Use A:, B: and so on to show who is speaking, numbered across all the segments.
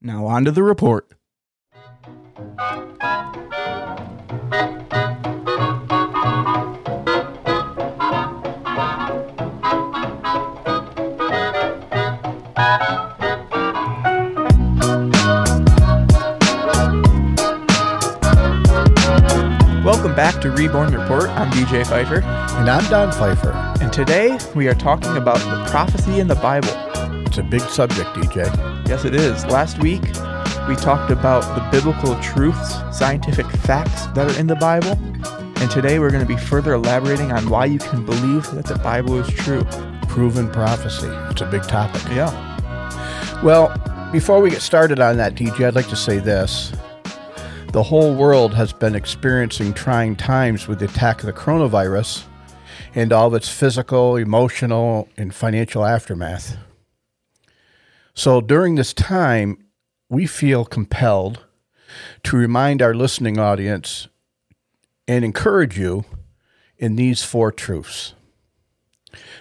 A: Now, on to the report. Welcome back to Reborn Report. I'm DJ Pfeiffer.
B: And I'm Don Pfeiffer.
A: And today we are talking about the prophecy in the Bible.
B: It's a big subject, DJ.
A: Yes, it is. Last week we talked about the biblical truths, scientific facts that are in the Bible. And today we're going to be further elaborating on why you can believe that the Bible is true.
B: Proven prophecy. It's a big topic.
A: Yeah.
B: Well, before we get started on that, DJ, I'd like to say this. The whole world has been experiencing trying times with the attack of the coronavirus and all of its physical, emotional, and financial aftermath. So during this time, we feel compelled to remind our listening audience and encourage you in these four truths.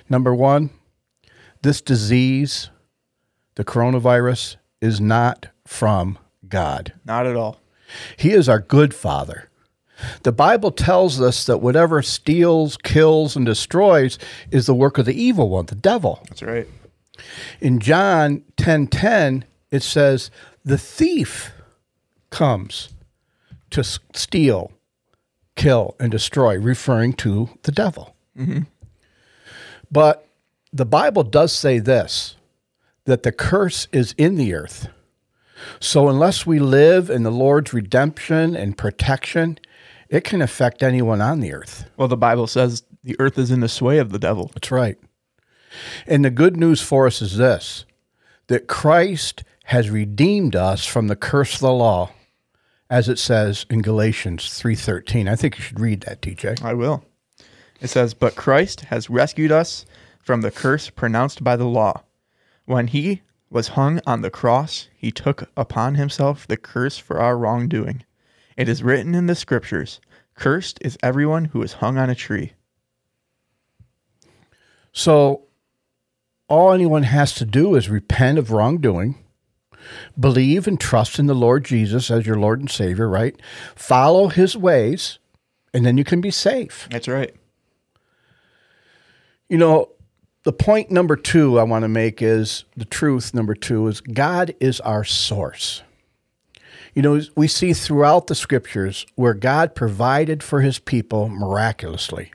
B: Number one, this disease, the coronavirus, is not from God.
A: Not at all.
B: He is our good father. The Bible tells us that whatever steals, kills, and destroys is the work of the evil one, the devil.
A: That's right.
B: In John 10:10, it says, "The thief comes to s- steal, kill, and destroy," referring to the devil. But the Bible does say this: that the curse is in the earth. So unless we live in the Lord's redemption and protection, it can affect anyone on the earth.
A: Well, the Bible says the earth is in the sway of the devil.
B: That's right. And the good news for us is this that Christ has redeemed us from the curse of the law, as it says in Galatians 3:13. I think you should read that, TJ.
A: I will. It says, But Christ has rescued us from the curse pronounced by the law. When he was hung on the cross, he took upon himself the curse for our wrongdoing. It is written in the scriptures Cursed is everyone who is hung on a tree.
B: So all anyone has to do is repent of wrongdoing, believe and trust in the Lord Jesus as your Lord and Savior, right? Follow his ways, and then you can be safe.
A: That's right.
B: You know, the point number two I want to make is the truth number two is God is our source. You know, we see throughout the scriptures where God provided for his people miraculously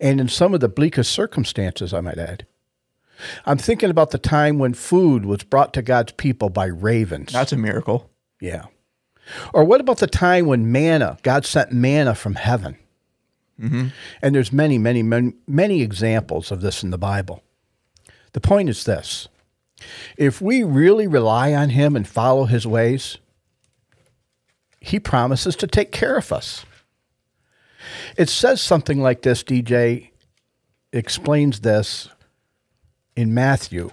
B: and in some of the bleakest circumstances, I might add. I'm thinking about the time when food was brought to God's people by ravens.
A: That's a miracle.
B: yeah. Or what about the time when manna, God sent manna from heaven? And there's many, many, many, many examples of this in the Bible. The point is this if we really rely on Him and follow His ways, He promises to take care of us. It says something like this, DJ explains this in Matthew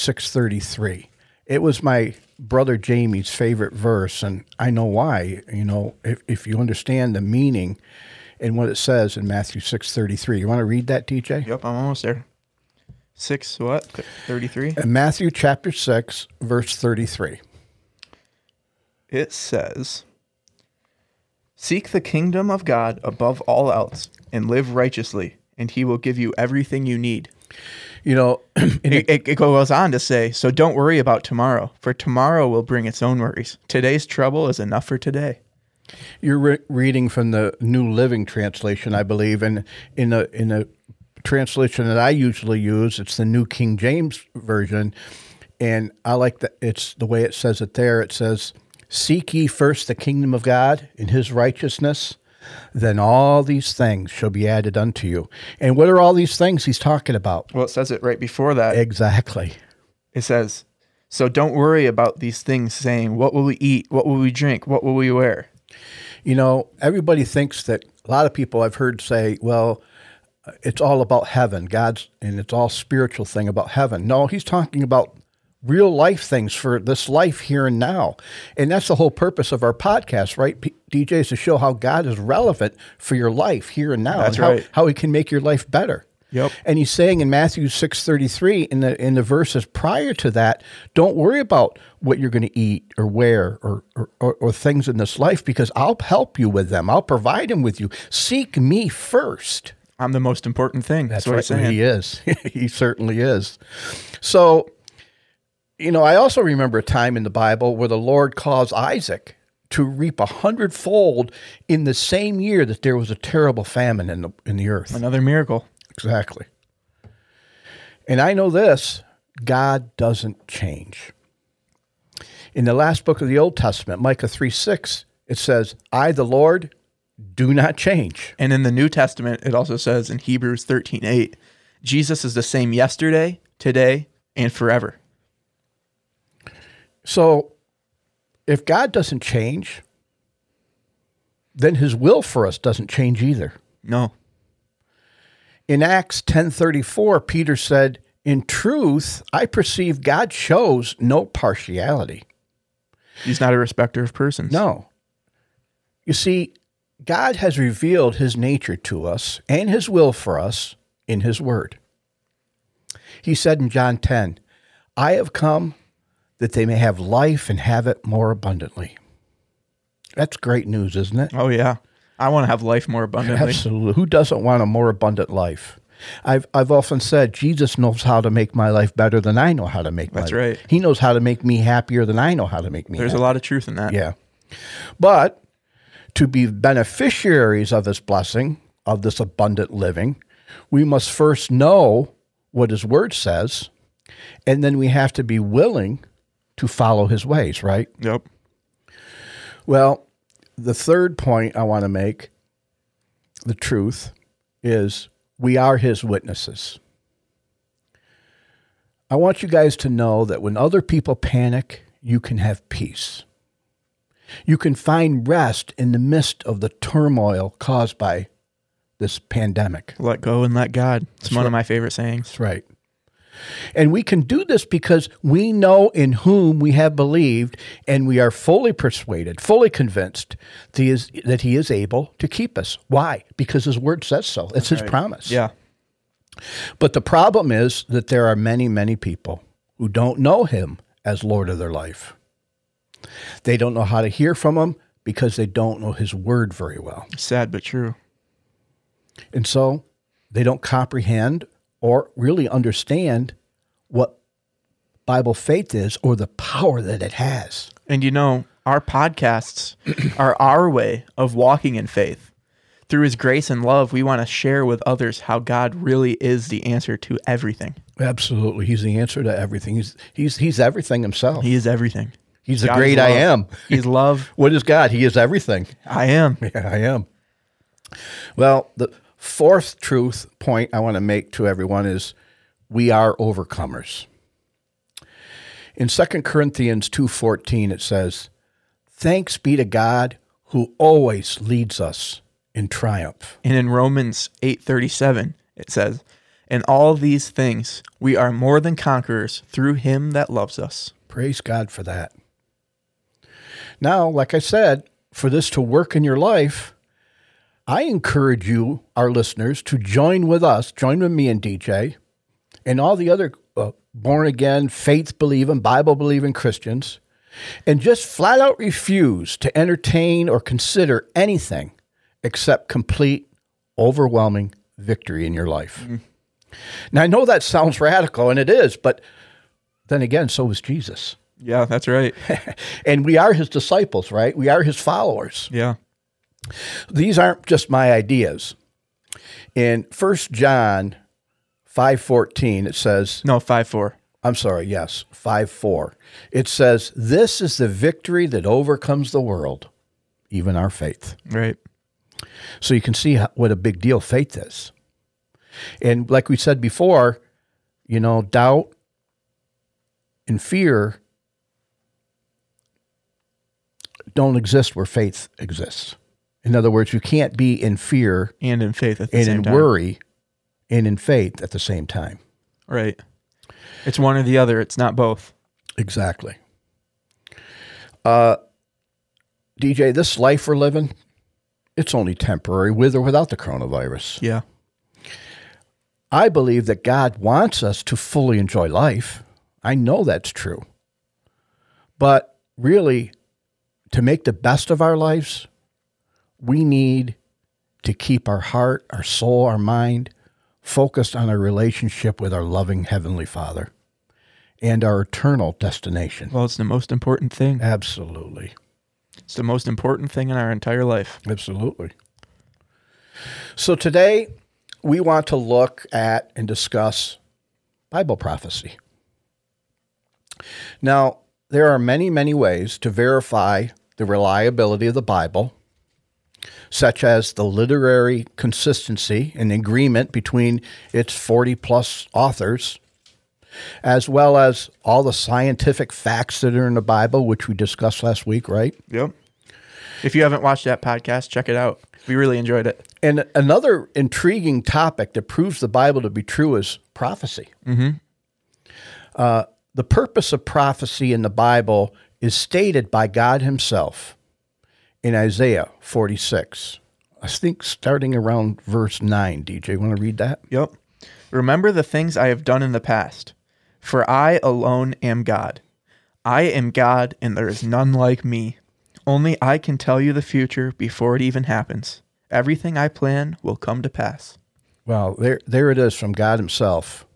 B: 6:33. It was my brother Jamie's favorite verse and I know why, you know, if if you understand the meaning and what it says in Matthew 6:33. You want to read that, DJ?
A: Yep, I'm almost there. Six, what? 33?
B: In Matthew chapter 6 verse 33.
A: it says, Seek the kingdom of God above all else and live righteously, and he will give you everything you need.
B: You know, in
A: It, it, it goes on to say, So don't worry about tomorrow, for tomorrow will bring its own worries. Today's trouble is enough for today.
B: You're re- reading from the New Living Translation, I believe, and in a in a translation that I usually use, it's the New King James version, and I like that it's the way it says it there. It says, "Seek ye first the kingdom of God and His righteousness." Then all these things shall be added unto you. And what are all these things he's talking about?
A: Well, it says it right before that.
B: Exactly.
A: It says, So don't worry about these things, saying, What will we eat? What will we drink? What will we wear?
B: You know, everybody thinks that a lot of people I've heard say, well, it's all about heaven, God's, and it's all spiritual thing about heaven. No, he's talking about real life things for this life here and now. And that's the whole purpose of our podcast, right? P- DJs to show how God is relevant for your life here and now
A: That's
B: and how,
A: right.
B: how he can make your life better.
A: Yep.
B: And he's saying in Matthew 6:33 in the in the verses prior to that, don't worry about what you're going to eat or wear or, or, or or things in this life because I'll help you with them. I'll provide them with you. Seek me first.
A: I'm the most important thing. That's, what he's
B: right,
A: saying.
B: He is. he certainly is. So, you know, I also remember a time in the Bible where the Lord caused Isaac to reap a hundredfold in the same year that there was a terrible famine in the in the earth.
A: Another miracle.
B: Exactly. And I know this God doesn't change. In the last book of the Old Testament, Micah 3 6, it says, I, the Lord, do not change.
A: And in the New Testament, it also says in Hebrews 13 8, Jesus is the same yesterday, today, and forever.
B: So if God doesn't change, then his will for us doesn't change either.
A: No.
B: In Acts 10:34, Peter said, "In truth, I perceive God shows no partiality."
A: He's not a respecter of persons.
B: No. You see, God has revealed his nature to us and his will for us in his word. He said in John 10, I have come that they may have life and have it more abundantly. That's great news, isn't it?
A: Oh, yeah. I want to have life more abundantly.
B: Absolutely. Who doesn't want a more abundant life? I've, I've often said Jesus knows how to make my life better than I know how to make
A: That's
B: my
A: right.
B: He knows how to make me happier than I know how to make me
A: There's a lot of truth in that.
B: yeah. But to be beneficiaries of this blessing, of this abundant living, we must first know what his word says, and then we have to be willing to follow his ways, right?
A: Yep.
B: Well, the third point I want to make, the truth, is we are his witnesses. I want you guys to know that when other people panic, you can have peace. You can find rest in the midst of the turmoil caused by this pandemic.
A: Let go and let God. It's one of my favorite sayings.
B: That's right. And we can do this because we know in whom we have believed, and we are fully persuaded, fully convinced that he is, that he is able to keep us. Why? Because his word says so. It's his promise.
A: Yeah.
B: But the problem is that there are many, many people who don't know him as Lord of their life. They don't know how to hear from him because they don't know his word very well.
A: Sad but true.
B: And so they don't comprehend or really understand what Bible faith is or the power that it has.
A: And you know, our podcasts are our way of walking in faith. Through his grace and love, we want to share with others how God really is the answer to everything.
B: Absolutely. He's the answer to everything. He's he's he's everything himself.
A: He is everything.
B: He's the
A: God is
B: great I
A: love.
B: am.
A: He's love.
B: What is God? He is everything.
A: I am.
B: Yeah, I am. Well, the fourth truth point I want to make to everyone is we are overcomers. In 2 Corinthians 2:14 it says, "Thanks be to God who always leads us in triumph."
A: And in Romans 8:37, it says, "In all these things we are more than conquerors through him that loves us."
B: Praise God for that. Now, like I said, for this to work in your life, I encourage you, our listeners, to join with us, join with me and DJ, and all the other uh, born again, faith believing, Bible believing Christians, and just flat out refuse to entertain or consider anything except complete, overwhelming victory in your life. Now, I know that sounds radical, and it is, but then again, so was Jesus
A: Yeah, that's right.
B: and we are his disciples, right? We are his followers.
A: Yeah.
B: These aren't just my ideas. In 1 John 5:14 it says,
A: No, 5-4.
B: I'm sorry, yes, 5:4. It says, "This is the victory that overcomes the world, even our faith."
A: Right.
B: So you can see how- what a big deal faith is. And like we said before, you know, doubt and fear don't exist where faith exists. In other words, you can't be in fear
A: And in faith at the
B: and
A: same
B: in
A: time.
B: worry and in faith at the same time.
A: Right. It's one or the other. It's not both.
B: Exactly. Uh, DJ, this life we're living, it's only temporary with or without the coronavirus.
A: Yeah.
B: I believe that God wants us to fully enjoy life. I know that's true. But really, to make the best of our lives, we need to keep our heart, our soul, our mind focused on our relationship with our loving Heavenly Father and our eternal destination.
A: Well, it's the most important thing.
B: Absolutely.
A: It's the most important thing in our entire life.
B: Absolutely. So today we want to look at and discuss Bible prophecy. Now, there are many, many ways to verify the reliability of the Bible, such as the literary consistency and agreement between its 40 plus authors, as well as all the scientific facts that are in the Bible, which we discussed last week, right?
A: Yep. If you haven't watched that podcast, check it out. We really enjoyed it.
B: And another intriguing topic that proves the Bible to be true is prophecy. Uh, the purpose of prophecy in the Bible is stated by God Himself in Isaiah 46. I think starting around verse 9. DJ, want to read that?
A: Yep. Remember the things I have done in the past, for I alone am God. I am God, and there is none like me. Only I can tell you the future before it even happens. Everything I plan will come to pass.
B: Well, there, there it is from God Himself.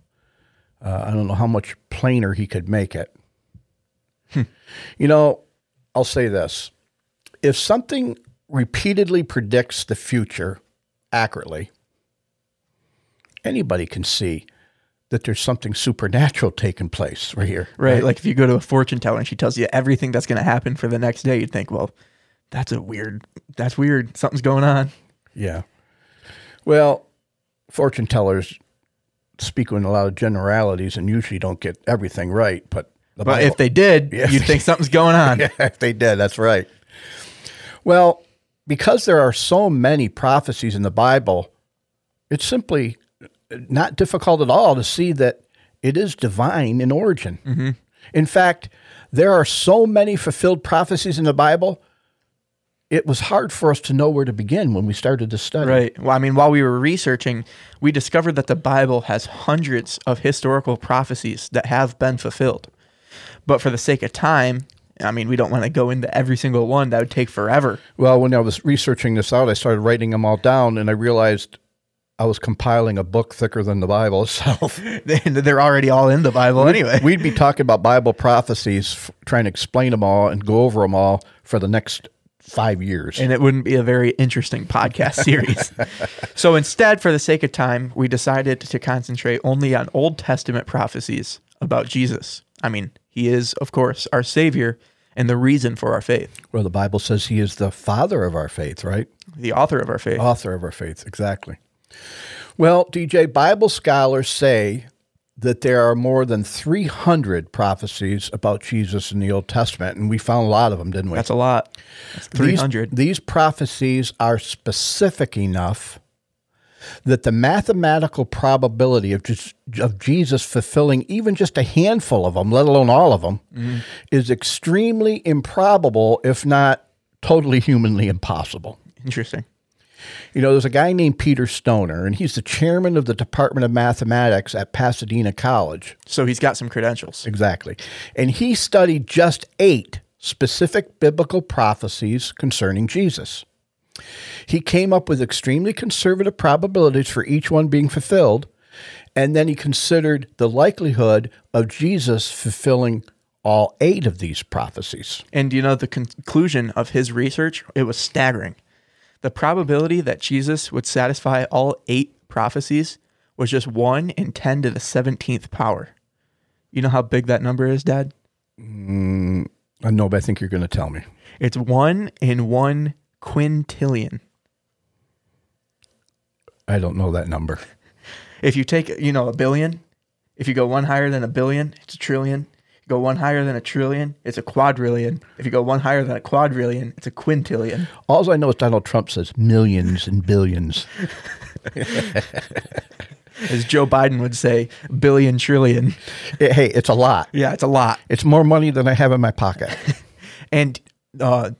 B: Uh, I don't know how much plainer He could make it.
A: Hmm.
B: you know, I'll say this if something repeatedly predicts the future accurately, anybody can see that there's something supernatural taking place right here.
A: Right? Like if you go to a fortune teller and she tells you everything that's going to happen for the next day, you'd think, well, that's a weird, that's weird. Something's going on.
B: Yeah. Well, fortune tellers speak in a lot of generalities and usually don't get everything right, but the
A: But
B: Bible-
A: if they did,
B: Yeah.
A: you'd think something's going on.
B: if they did, that's right. Well, because there are so many prophecies in the Bible, it's simply not difficult at all to see that it is divine in origin. In fact, there are so many fulfilled prophecies in the Bible, it was hard for us to know where to begin when we started this study.
A: Right. Well, I mean, while we were researching, we discovered that the Bible has hundreds of historical prophecies that have been fulfilled. But for the sake of time, I mean, we don't want to go into every single one. That would take forever.
B: Well, when I was researching this out, I started writing them all down and I realized I was compiling a book thicker than the Bible itself.
A: They- They're already all in the Bible anyway.
B: We'd be talking about Bible prophecies, f- trying to explain them all and go over them all for the next five years.
A: and it wouldn't be a very interesting podcast series. so instead, for the sake of time, we decided to concentrate only on Old Testament prophecies about Jesus. I mean, he is, of course, our Savior and the reason for our faith,
B: well, the Bible says he is the father of our faith, right?
A: the author of our faith.
B: Author of our faith, exactly. Well, DJ, Bible scholars say that there are more than 300 prophecies about Jesus in the Old Testament, and we found a lot of them, didn't we?
A: That's a lot. That's
B: These-
A: 300.
B: These, prophecies are specific enough that the mathematical probability of, just, of Jesus fulfilling even just a handful of them, let alone all of them, is extremely improbable, if not totally humanly impossible.
A: Interesting.
B: You know, there's a guy named Peter Stoner, and he's the chairman of the Department of Mathematics at Pasadena College.
A: So he's got some credentials.
B: Exactly. And he studied just eight specific biblical prophecies concerning Jesus. He came up with extremely conservative probabilities for each one being fulfilled, and then he considered the likelihood of Jesus fulfilling all eight of these prophecies.
A: And you know, the conclusion of his research, it was staggering. The probability that Jesus would satisfy all eight prophecies was just 1 in 10 to the 17th power. You know how big that number is, Dad?
B: I know, but Uh, I think you're going to tell me.
A: It's 1 in 1 quintillion.
B: I don't know that number.
A: If you take, you know, a billion, if you go one higher than a billion, it's a trillion. You go one higher than a trillion, it's a quadrillion. If you go one higher than a quadrillion, it's a quintillion.
B: All I know is Donald Trump says millions and billions.
A: as Joe Biden would say, billion trillion.
B: hey, it's a lot.
A: Yeah, it's a lot.
B: It's more money than I have in my pocket.
A: And uh,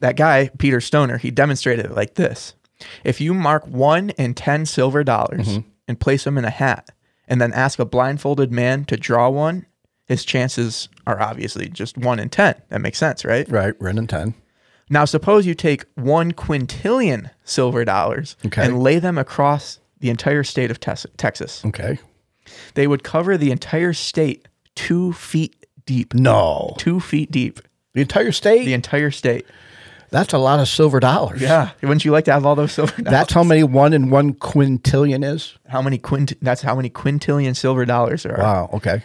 A: that guy, Peter Stoner, he demonstrated it like this: if you mark one and ten silver dollars and place them in a hat, and then ask a blindfolded man to draw one, his chances are obviously just one in 10. That makes sense, right?
B: Right. Ren and 10.
A: Now, suppose you take one quintillion silver dollars
B: Okay.
A: and lay them across the entire state of Tes- Texas.
B: Okay.
A: They would cover the entire state two feet deep.
B: No.
A: Two feet deep.
B: The entire state?
A: The entire state.
B: That's a lot of silver dollars.
A: Yeah. Wouldn't you like to have all those silver dollars?
B: That's how many one and one quintillion is?
A: how many quint that's how many quintillion silver dollars there are.
B: Wow. Okay.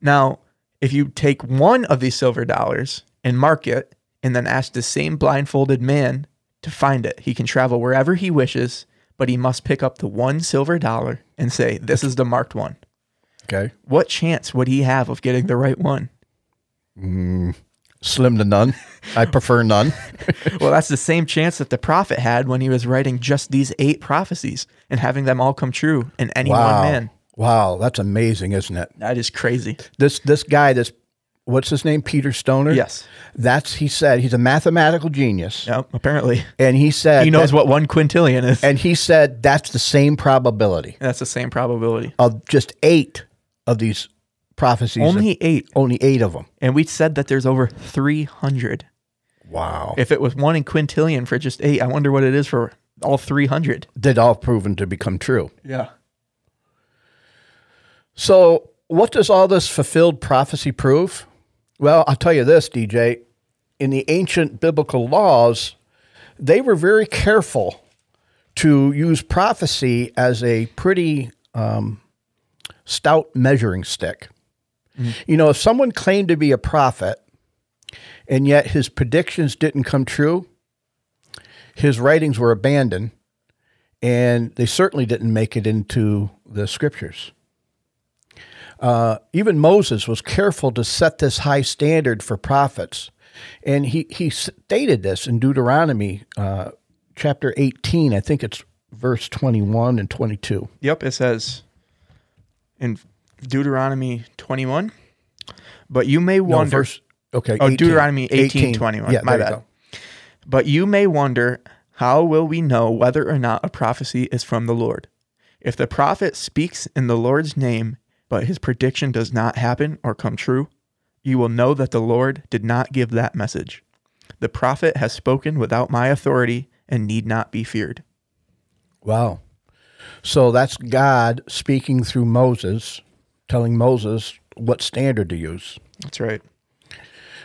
A: Now, if you take one of these silver dollars and mark it, and then ask the same blindfolded man to find it, he can travel wherever he wishes, but he must pick up the one silver dollar and say, This is the marked one.
B: Okay.
A: What chance would he have of getting the right one?
B: Slim to none. I prefer none.
A: Well, that's the same chance that the prophet had when he was writing just these eight prophecies and having them all come true in any
B: Wow.
A: one man.
B: Wow. That's amazing, isn't it?
A: That is crazy.
B: This this guy, this what's his name? Peter Stoner?
A: Yes.
B: That's he said he's a mathematical genius.
A: Yep, apparently.
B: And he said
A: He knows
B: that-
A: what one quintillion is.
B: and he said that's the same probability
A: That's the same probability.
B: of just eight of these prophecies.
A: Only eight.
B: only eight of them.
A: And we said that there's over 300.
B: Wow.
A: If it was one in quintillion for just eight, I wonder what it is for all 300.
B: That all proven to become true.
A: Yeah.
B: So, what does all this fulfilled prophecy prove? Well, I'll tell you this, DJ. In the ancient biblical laws, they were very careful to use prophecy as a pretty um, stout measuring stick. You know, if someone claimed to be a prophet and yet his predictions didn't come true, his writings were abandoned, and they certainly didn't make it into the scriptures even Moses was careful to set this high standard for prophets. And he, he stated this in Deuteronomy uh, chapter 18, I think it's verse 21 and 22.
A: Yep, it says in Deuteronomy 21. But you may
B: No,
A: wonder,
B: verse, okay.
A: Oh, Deuteronomy 18, 21.
B: Yeah,
A: My
B: there you
A: bad. but you may wonder, how will we know whether or not a prophecy is from the Lord? If the prophet speaks in the Lord's name, but his prediction does not happen or come true, you will know that the Lord did not give that message. The prophet has spoken without my authority and need not be feared.
B: go. Wow. So that's God speaking through Moses, telling Moses what standard to use.
A: That's right.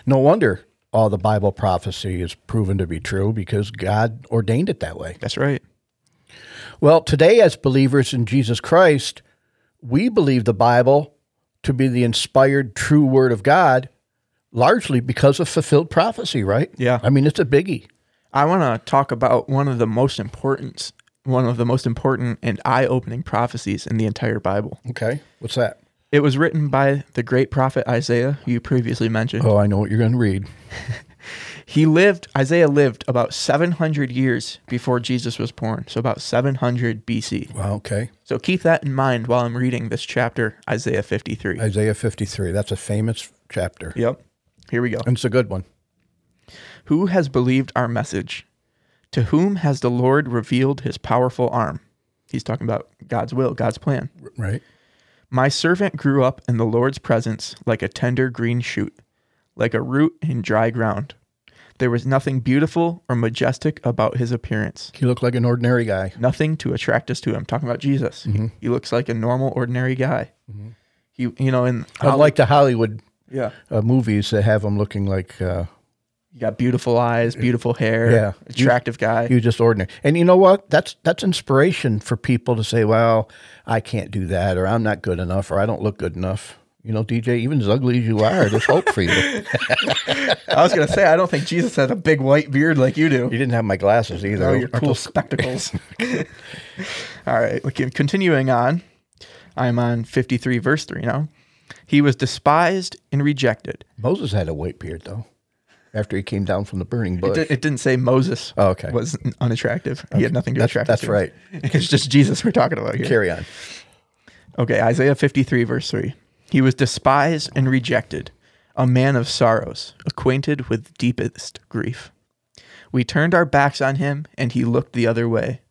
B: No wonder all the Bible prophecy is proven to be true because God ordained it that way.
A: That's right.
B: Well, today, as believers in Jesus Christ, we believe the Bible to be the inspired true word of God, largely because of fulfilled prophecy, right?
A: Yeah.
B: I mean, it's a biggie.
A: I want to talk about one of the most important, one of the most important and eye-opening prophecies in the entire Bible.
B: Okay. What's that?
A: It was written by the great prophet Isaiah, who you previously mentioned.
B: Oh, I know what you're going to read.
A: He lived, Isaiah lived about 700 years before Jesus was born, so about 700 BC.
B: Wow. Okay.
A: So keep that in mind while I'm reading this chapter, Isaiah 53.
B: Isaiah 53. That's a famous chapter.
A: yep. Here we go.
B: And it's a good one.
A: Who has believed our message? To whom has the Lord revealed his powerful arm? He's talking about God's will, God's plan.
B: Right.
A: My servant grew up in the Lord's presence like a tender green shoot, like a root in dry ground. There was nothing beautiful or majestic about his appearance.
B: He looked like an ordinary guy.
A: nothing to attract us to him. Talking about Jesus,
B: Mm-hmm.
A: he, he looks like a normal, ordinary guy. He, you know, and
B: I Mm-hmm. like the Hollywood
A: yeah,
B: uh, movies that have him looking like uh,
A: you got beautiful eyes, beautiful hair,
B: Yeah.
A: attractive guy.
B: He was just ordinary. And you know what? That's that's inspiration for people to say, "Well, I can't do that, or I'm not good enough, or I don't look good enough." You know, DJ, even as ugly as you are, there's hope for you. You
A: I was gonna say, I don't think Jesus has a big white beard like you do.
B: didn't have my glasses either.
A: Or your
B: Aren't
A: cool
B: those-
A: spectacles. All right, okay, continuing on. I'm on 53, verse 3 now. He was despised and rejected.
B: Moses had a white beard though, after he came down from the burning bush.
A: It, di- it didn't say Moses
B: Oh, okay.
A: was unattractive. He had nothing to
B: That's-
A: attract
B: that's
A: us to.
B: right.
A: It's just Jesus we're talking about here.
B: Carry on.
A: Okay, Isaiah 53, verse 3. He was despised and rejected, a man of sorrows, acquainted with deepest grief. We turned our backs on him, and he looked the other way.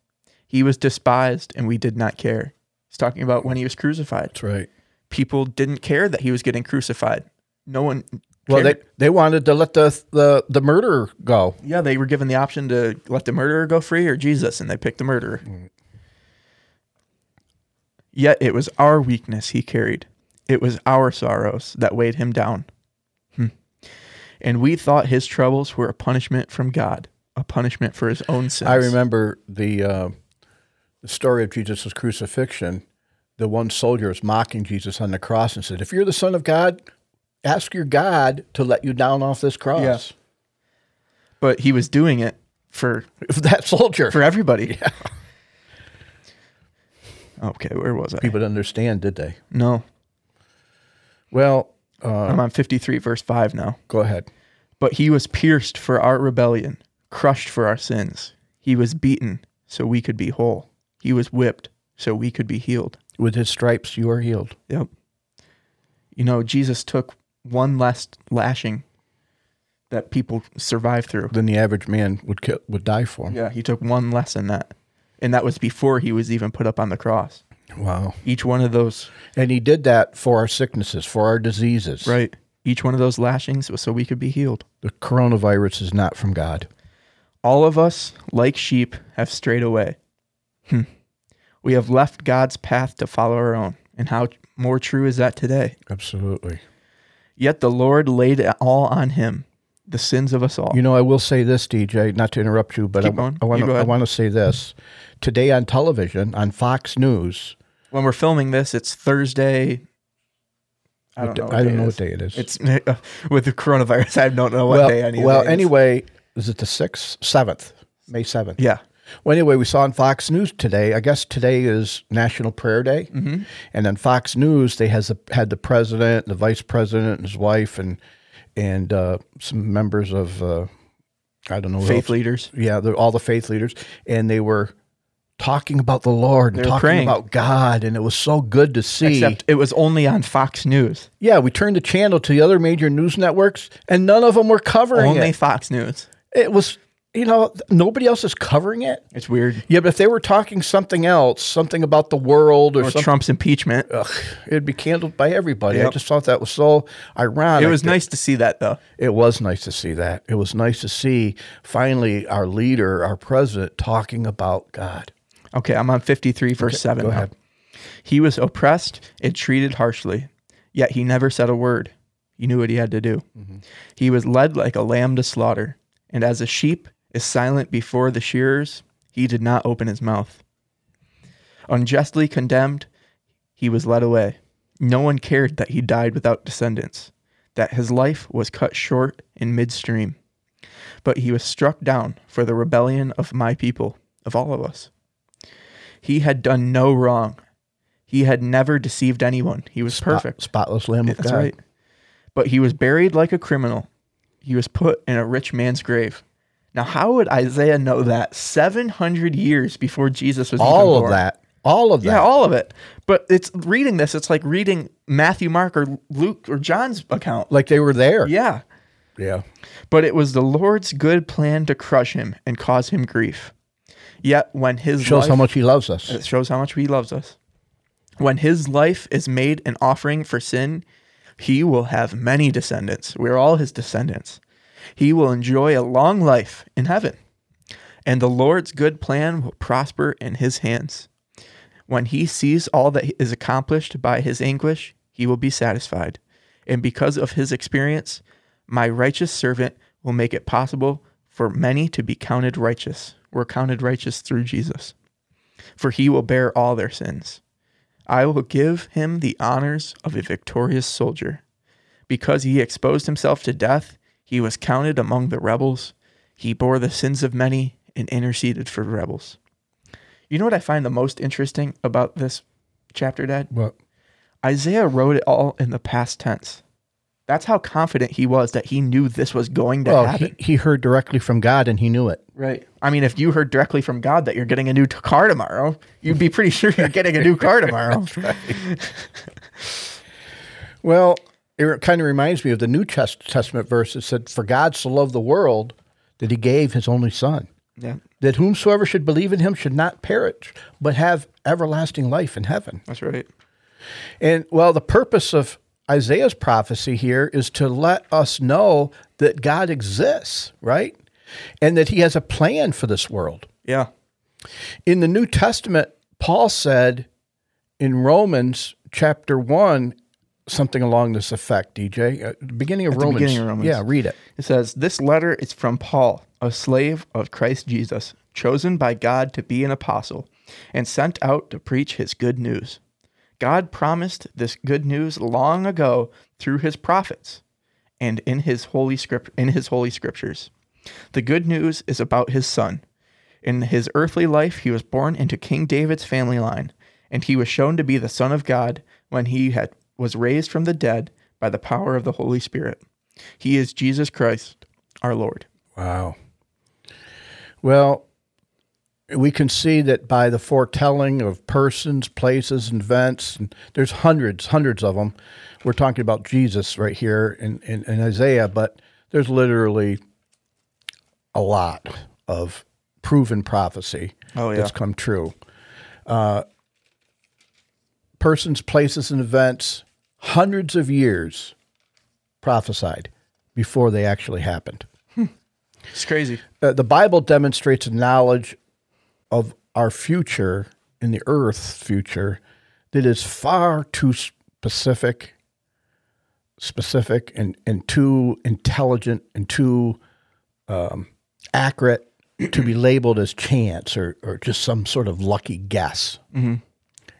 A: He was despised and we did not care. He's talking about when he was crucified.
B: That's right.
A: People didn't care that he was getting crucified. No one.
B: Well, they,
A: cared.
B: they wanted to let the, the the murderer go.
A: yeah, they were given the option to let the murderer go free or Jesus, and they picked the murderer. Yet it was our weakness he carried. It was our sorrows that weighed him down. Hmm. And we thought his troubles were a punishment from God, a punishment for his own sins.
B: I remember the uh, the story of Jesus' crucifixion. The one soldier was mocking Jesus on the cross and said, "If you're the Son of God, ask your God to let you down off this cross."
A: Yes. But he was doing it for
B: that soldier.
A: for everybody. Okay, where was I?
B: People didn't understand, did they?
A: No,
B: Well, uh,
A: I'm on 53, verse 5 now.
B: go ahead.
A: But he was pierced for our rebellion, crushed for our sins. He was beaten so we could be whole. He was whipped so we could be healed.
B: With his stripes, you are healed.
A: Yep. You know, Jesus took one last lashing that people survived through.
B: Then the average man would kill, would die for him.
A: Yeah, he took one less than that. And that was before he was even put up on the cross.
B: Wow.
A: Each one of those
B: And he did that for our sicknesses, for our diseases.
A: Right. Each one of those lashings was so we could be healed.
B: The coronavirus is not from God.
A: All of us, like sheep, have strayed away. Hmm. We have left God's path to follow our own. And how more true is that today?
B: Absolutely.
A: Yet the Lord laid it all on him, the sins of us all.
B: You know, I will say this, DJ, not to interrupt you, but
A: Keep
B: I,
A: going.
B: I want
A: You go
B: to I
A: ahead.
B: want to say this. Today on television, on Fox News,
A: when we're filming this, it's Thursday. I
B: what
A: don't know what
B: day- I
A: day
B: don't know
A: it
B: what
A: is.
B: day it is.
A: It's with the coronavirus. I don't know what
B: well,
A: day any
B: well
A: of it is.
B: anyway, is it the 6th, 7th, May 7th?
A: Yeah.
B: Well, anyway, we saw on Fox News today. I guess today is National Prayer Day, mm-hmm. and on Fox News they has the, had the president, the vice president, and his wife, and and uh, some members of uh, I don't know who
A: Faith
B: else.
A: leaders.
B: Yeah, they're all the faith leaders, and they were talking about the Lord, and
A: They were
B: talking
A: praying.
B: about God, and it was so good to see.
A: Except it was only on Fox News.
B: yeah, we turned the channel to the other major news networks, and none of them were covering
A: Only
B: it.
A: Fox News.
B: It was. You know, nobody else is covering it.
A: It's weird.
B: Yeah, but if they were talking something else, something about the world
A: Or
B: or, something,
A: Trump's impeachment.
B: it'd be candled by everybody. I
A: Yep.
B: just thought that was so ironic.
A: It was nice to see that though.
B: It was nice to see that. It was nice to see finally our leader, our president, talking about God.
A: Okay, I'm on 53 verse 7.
B: go
A: now.
B: ahead.
A: He was oppressed and treated harshly, yet he never said a word. He knew what he had to do. He was led like a lamb to slaughter, and as a sheep is silent before the shearers, he did not open his mouth. Unjustly condemned, he was led away. No one cared that he died without descendants, that his life was cut short in midstream. But he was struck down for the rebellion of my people, of all of us. He had done no wrong. He had never deceived anyone. He was perfect.
B: spotless Lamb of
A: That's
B: God.
A: right. But he was buried like a criminal. He was put in a rich man's grave. Now, how would Isaiah know that 700 years before Jesus was even
B: All of
A: born?
B: that. All of that.
A: Yeah, all of it. But it's reading this, it's like reading Matthew, Mark, or Luke, or John's account.
B: like they were there.
A: Yeah.
B: Yeah.
A: But it was the Lord's good plan to crush him and cause him grief. Yet when his
B: Shows
A: life,
B: how much he loves us.
A: it shows how much he loves us. When his life is made an offering for sin, he will have many descendants. We're all his descendants. He will enjoy a long life in heaven, and the Lord's good plan will prosper in his hands. When he sees all that is accomplished by his anguish, he will be satisfied. And because of his experience, my righteous servant will make it possible for many to be counted righteous. We're counted righteous through Jesus for he will bear all their sins. I will give him the honors of a victorious soldier. Because he exposed himself to death, he was counted among the rebels. He bore the sins of many and interceded for rebels. You know what I find the most interesting about this chapter, Dad?
B: But
A: Isaiah wrote it all in the past tense. That's how confident he was that he knew this was going to
B: well,
A: happen.
B: he, he heard directly from God and he knew it.
A: Right. I mean, if you heard directly from God that you're getting a new t- car tomorrow, you'd be pretty sure you're getting a new car tomorrow.
B: Well, it kind of reminds me of the New Test- Testament verse that said, For God so loved the world that he gave his only son.
A: Yeah.
B: that whomsoever should believe in him should not perish, but have everlasting life in heaven.
A: That's right.
B: And well, the purpose of Isaiah's prophecy here is to let us know that God exists, right? And that he has a plan for this world.
A: Yeah.
B: In the New Testament, Paul said in Romans chapter 1 something along this effect, DJ. Uh, the beginning of
A: the
B: Romans.
A: beginning of Romans.
B: Yeah, read it.
A: It says, This letter is from Paul, a slave of Christ Jesus, chosen by God to be an apostle, and sent out to preach his good news. God promised this good news long ago through his prophets and in his holy script in his holy scriptures. The good news is about his son. In his earthly life he was born into King David's family line, and he was shown to be the son of God when he had was raised from the dead by the power of the Holy Spirit. He is Jesus Christ, our Lord.
B: Wow. Well, we can see that by the foretelling of persons, places, and events, and there's hundreds, hundreds of them. We're talking about Jesus right here in, in, in Isaiah, but there's literally a lot of proven prophecy
A: Oh, yeah.
B: that's come true. Uh, persons, places, and events, hundreds of years prophesied before they actually happened.
A: It's crazy.
B: Uh, the Bible demonstrates a knowledge of our future in the earth's future that is far too specific, specific and, and too intelligent and too um, accurate to be labeled as chance or, or just some sort of lucky guess. You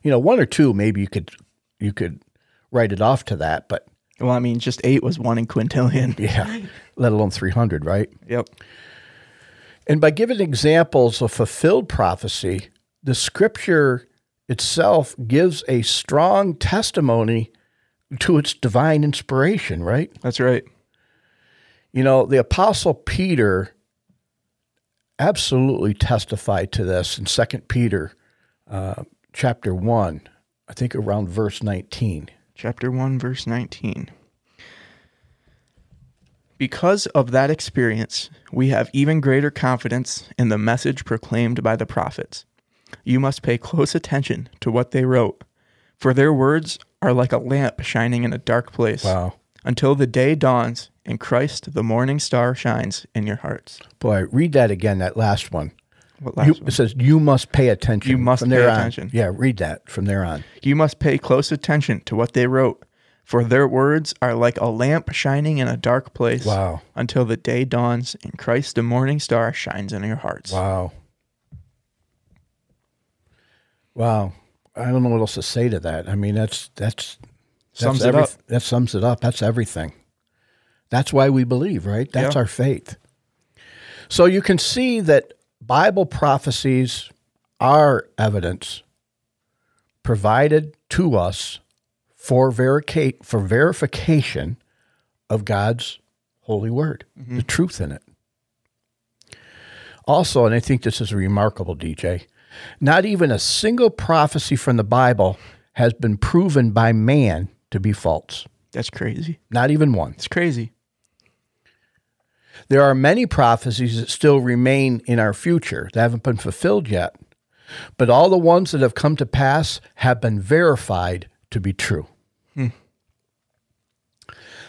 B: know, one or two, maybe you could, you could write it off to that, but
A: Well, I mean, just eight was one in quintillion.
B: yeah, let alone 300, right?
A: Yep.
B: And by giving examples of fulfilled prophecy, the scripture itself gives a strong testimony to its divine inspiration, right?
A: That's right.
B: You know, the apostle Peter absolutely testified to this in 2 Peter uh, chapter 1, I think around verse 19.
A: chapter 1 verse 19 because of that experience we have even greater confidence in the message proclaimed by the prophets you must pay close attention to what they wrote for their words are like a lamp shining in a dark place
B: Wow.
A: until the day dawns and christ the morning star shines in your hearts
B: Boy, read that again, that last one.
A: what
B: You,
A: last one?
B: it says, You must pay attention.
A: You must
B: from
A: pay
B: there on.
A: attention.
B: Yeah, read that from there on.
A: You must pay close attention to what they wrote, for their words are like a lamp shining in a dark place.
B: Wow.
A: Until the day dawns and Christ the morning star shines in your hearts.
B: Wow. Wow. I don't know what else to say to that. I mean, that's that's, that's
A: Sums it
B: every-
A: up.
B: That sums it up. That's everything. That's why we believe, right? That's
A: Yeah.
B: our faith. So you can see that Bible prophecies are evidence provided to us for vericate for verification of God's holy word,
A: Mm-hmm.
B: the truth in it. Also, and I think this is remarkable, DJ, not even a single prophecy from the Bible has been proven by man to be false.
A: That's crazy.
B: Not even one.
A: It's crazy.
B: There are many prophecies that still remain in our future that haven't been fulfilled yet, but all the ones that have come to pass have been verified to be true.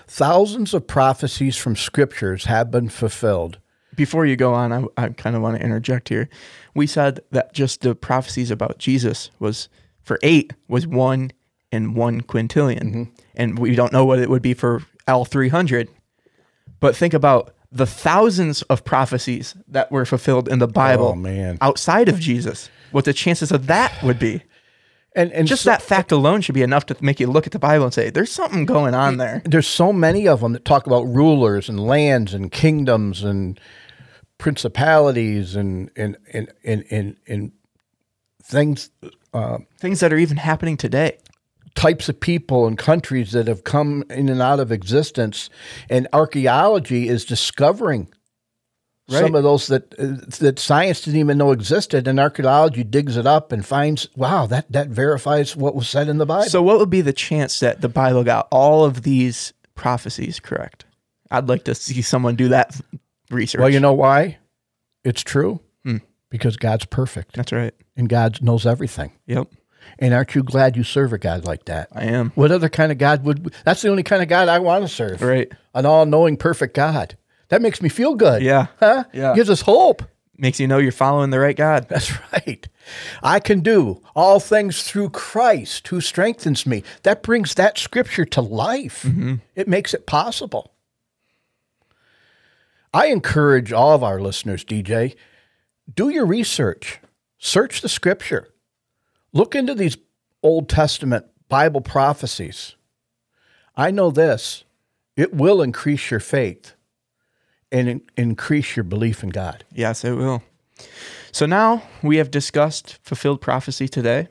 B: Thousands of prophecies from scriptures have been fulfilled.
A: Before you go on, I, I kind of want to interject here. We said that just the prophecies about Jesus was for eight was one in one quintillion,
B: Mm-hmm.
A: and we don't know what it would be for L three hundred. But think about the thousands of prophecies that were fulfilled in the Bible.
B: Oh, man.
A: outside of Jesus, what the chances of that would be.
B: And, and
A: Just
B: so-
A: that fact alone should be enough to make you look at the Bible and say, there's something going on there.
B: there's so many of them that talk about rulers and lands and kingdoms and principalities and and and and and, and things
A: Things that are even happening today.
B: types of people and countries that have come in and out of existence and archaeology is discovering
A: Right.
B: some of those that that science didn't even know existed and archaeology digs it up and finds wow that that verifies what was said in the bible
A: So, what would be the chance that the Bible got all of these prophecies correct? I'd like to see someone do that research. Hmm.
B: Well, you know why? It's true because God's perfect
A: That's right.
B: and God knows everything.
A: Yep.
B: And aren't you glad you serve a God like that?
A: I am.
B: What other kind of God would? That's the only kind of God I want to serve.
A: Right.
B: An all-knowing, perfect God. That makes me feel good.
A: Yeah.
B: Huh?
A: Yeah.
B: Gives us hope.
A: Makes you know you're following the right God.
B: That's right. I can do all things through Christ who strengthens me. That brings that scripture to life. It makes it possible. I encourage all of our listeners, DJ, do your research, search the scripture, look into these Old Testament Bible prophecies. I know this it will increase your faith and in- increase your belief in God.
A: Yes, it will. So now we have discussed fulfilled prophecy today.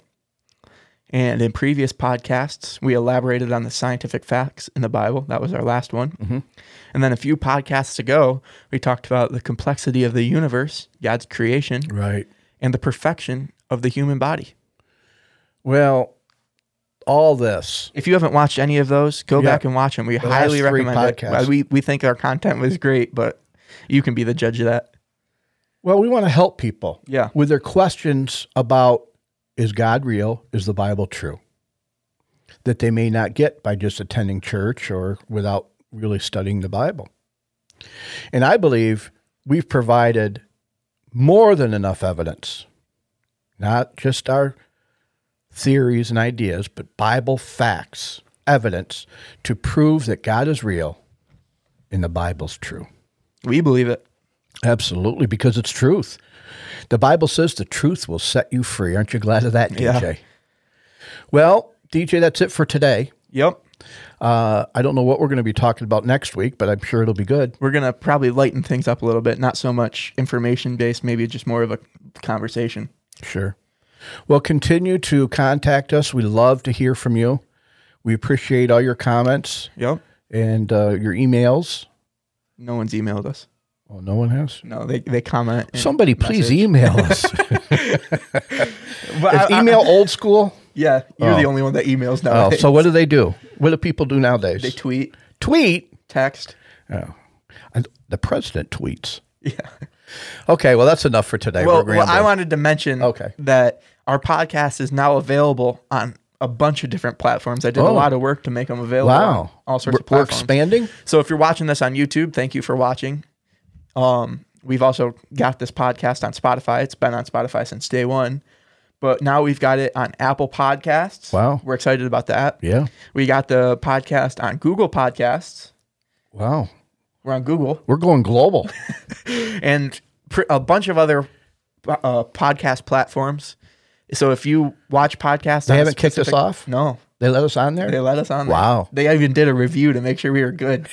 A: And in previous podcasts, we elaborated on the scientific facts in the Bible. That was our last one. And then a few podcasts ago, we talked about the complexity of the universe, God's creation,
B: Right.
A: and the perfection of the human body.
B: Well, all this.
A: If you haven't watched any of those, go
B: Yeah.
A: back and watch them. We
B: last
A: highly
B: three
A: recommend it.
B: podcasts.
A: Well, We, we think our content was great, but you can be the judge of that.
B: Well, we want to help people
A: Yeah.
B: with their questions about is God real? Is the Bible true? That they may not get by just attending church or without really studying the Bible. And I believe we've provided more than enough evidence, not just our theories and ideas, but Bible facts, evidence to prove that God is real and the Bible's true.
A: We believe it.
B: Absolutely, because it's truth. The Bible says the truth will set you free. Aren't you glad of that, DJ? Well, DJ, that's it for today.
A: Yep.
B: Uh, I don't know what we're going to be talking about next week, but I'm sure it'll be good.
A: We're going to probably lighten things up a little bit. Not so much information based, maybe just more of a conversation.
B: Sure. Well, continue to contact us. We love to hear from you. We appreciate all your comments
A: Yep.
B: and uh, your emails.
A: No one's emailed us.
B: Oh, no one has.
A: No, they, they comment. and-
B: Somebody, please
A: message.
B: email us.
A: But
B: Is
A: I- I-
B: email old school?
A: e yeah, you're
B: Oh.
A: the only one that emails now.
B: Oh, so what do they do? What do people do nowadays?
A: they tweet,
B: tweet.
A: text.
B: Oh. And the president tweets.
A: Yeah.
B: Okay, well, that's enough for today.
A: Well,
B: We're
A: well, I
B: rambling.
A: wanted to mention
B: Okay.
A: that our podcast is now available on a bunch of different platforms. I did a
B: Oh.
A: lot of work to make them available. on
B: wow.
A: all sorts
B: we're,
A: of
B: we're
A: platforms.
B: expanding.
A: so if you're watching this on YouTube, thank you for watching. Um, we've also got this podcast on Spotify. It's been on Spotify since day one, but now we've got it on Apple Podcasts.
B: Wow.
A: we're excited about that.
B: Yeah.
A: We got the podcast on Google Podcasts.
B: Wow.
A: We're on Google.
B: We're going global.
A: and pr- a bunch of other uh, podcast platforms. So if you watch podcasts,
B: They
A: on a
B: haven't kicked us
A: specific-
B: off?
A: No,
B: they let us on there?
A: they let us on. there.
B: Wow.
A: They even did a review to make sure we were good.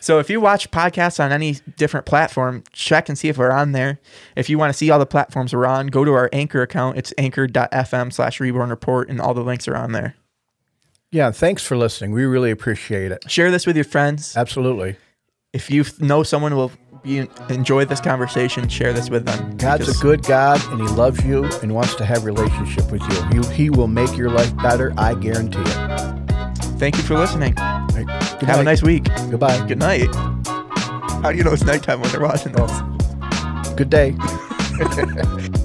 A: so if you watch podcasts on any different platform, check and see if we're on there. If you want to see all the platforms we're on, go to our Anchor account. It's anchor.fm slash reborn report, and all the links are on there.
B: Yeah. Thanks for listening. We really appreciate it.
A: Share this with your friends.
B: Absolutely.
A: If you f- know someone will be, enjoy this conversation, share this with them.
B: God's
A: Because-
B: a good God, and He loves you and wants to have a relationship with you. He, he will make your life better. I guarantee it.
A: Thank you for listening.
B: Right. Good
A: Have a nice week.
B: Goodbye.
A: Good night. How do you know it's nighttime when they're watching this?
B: Good day.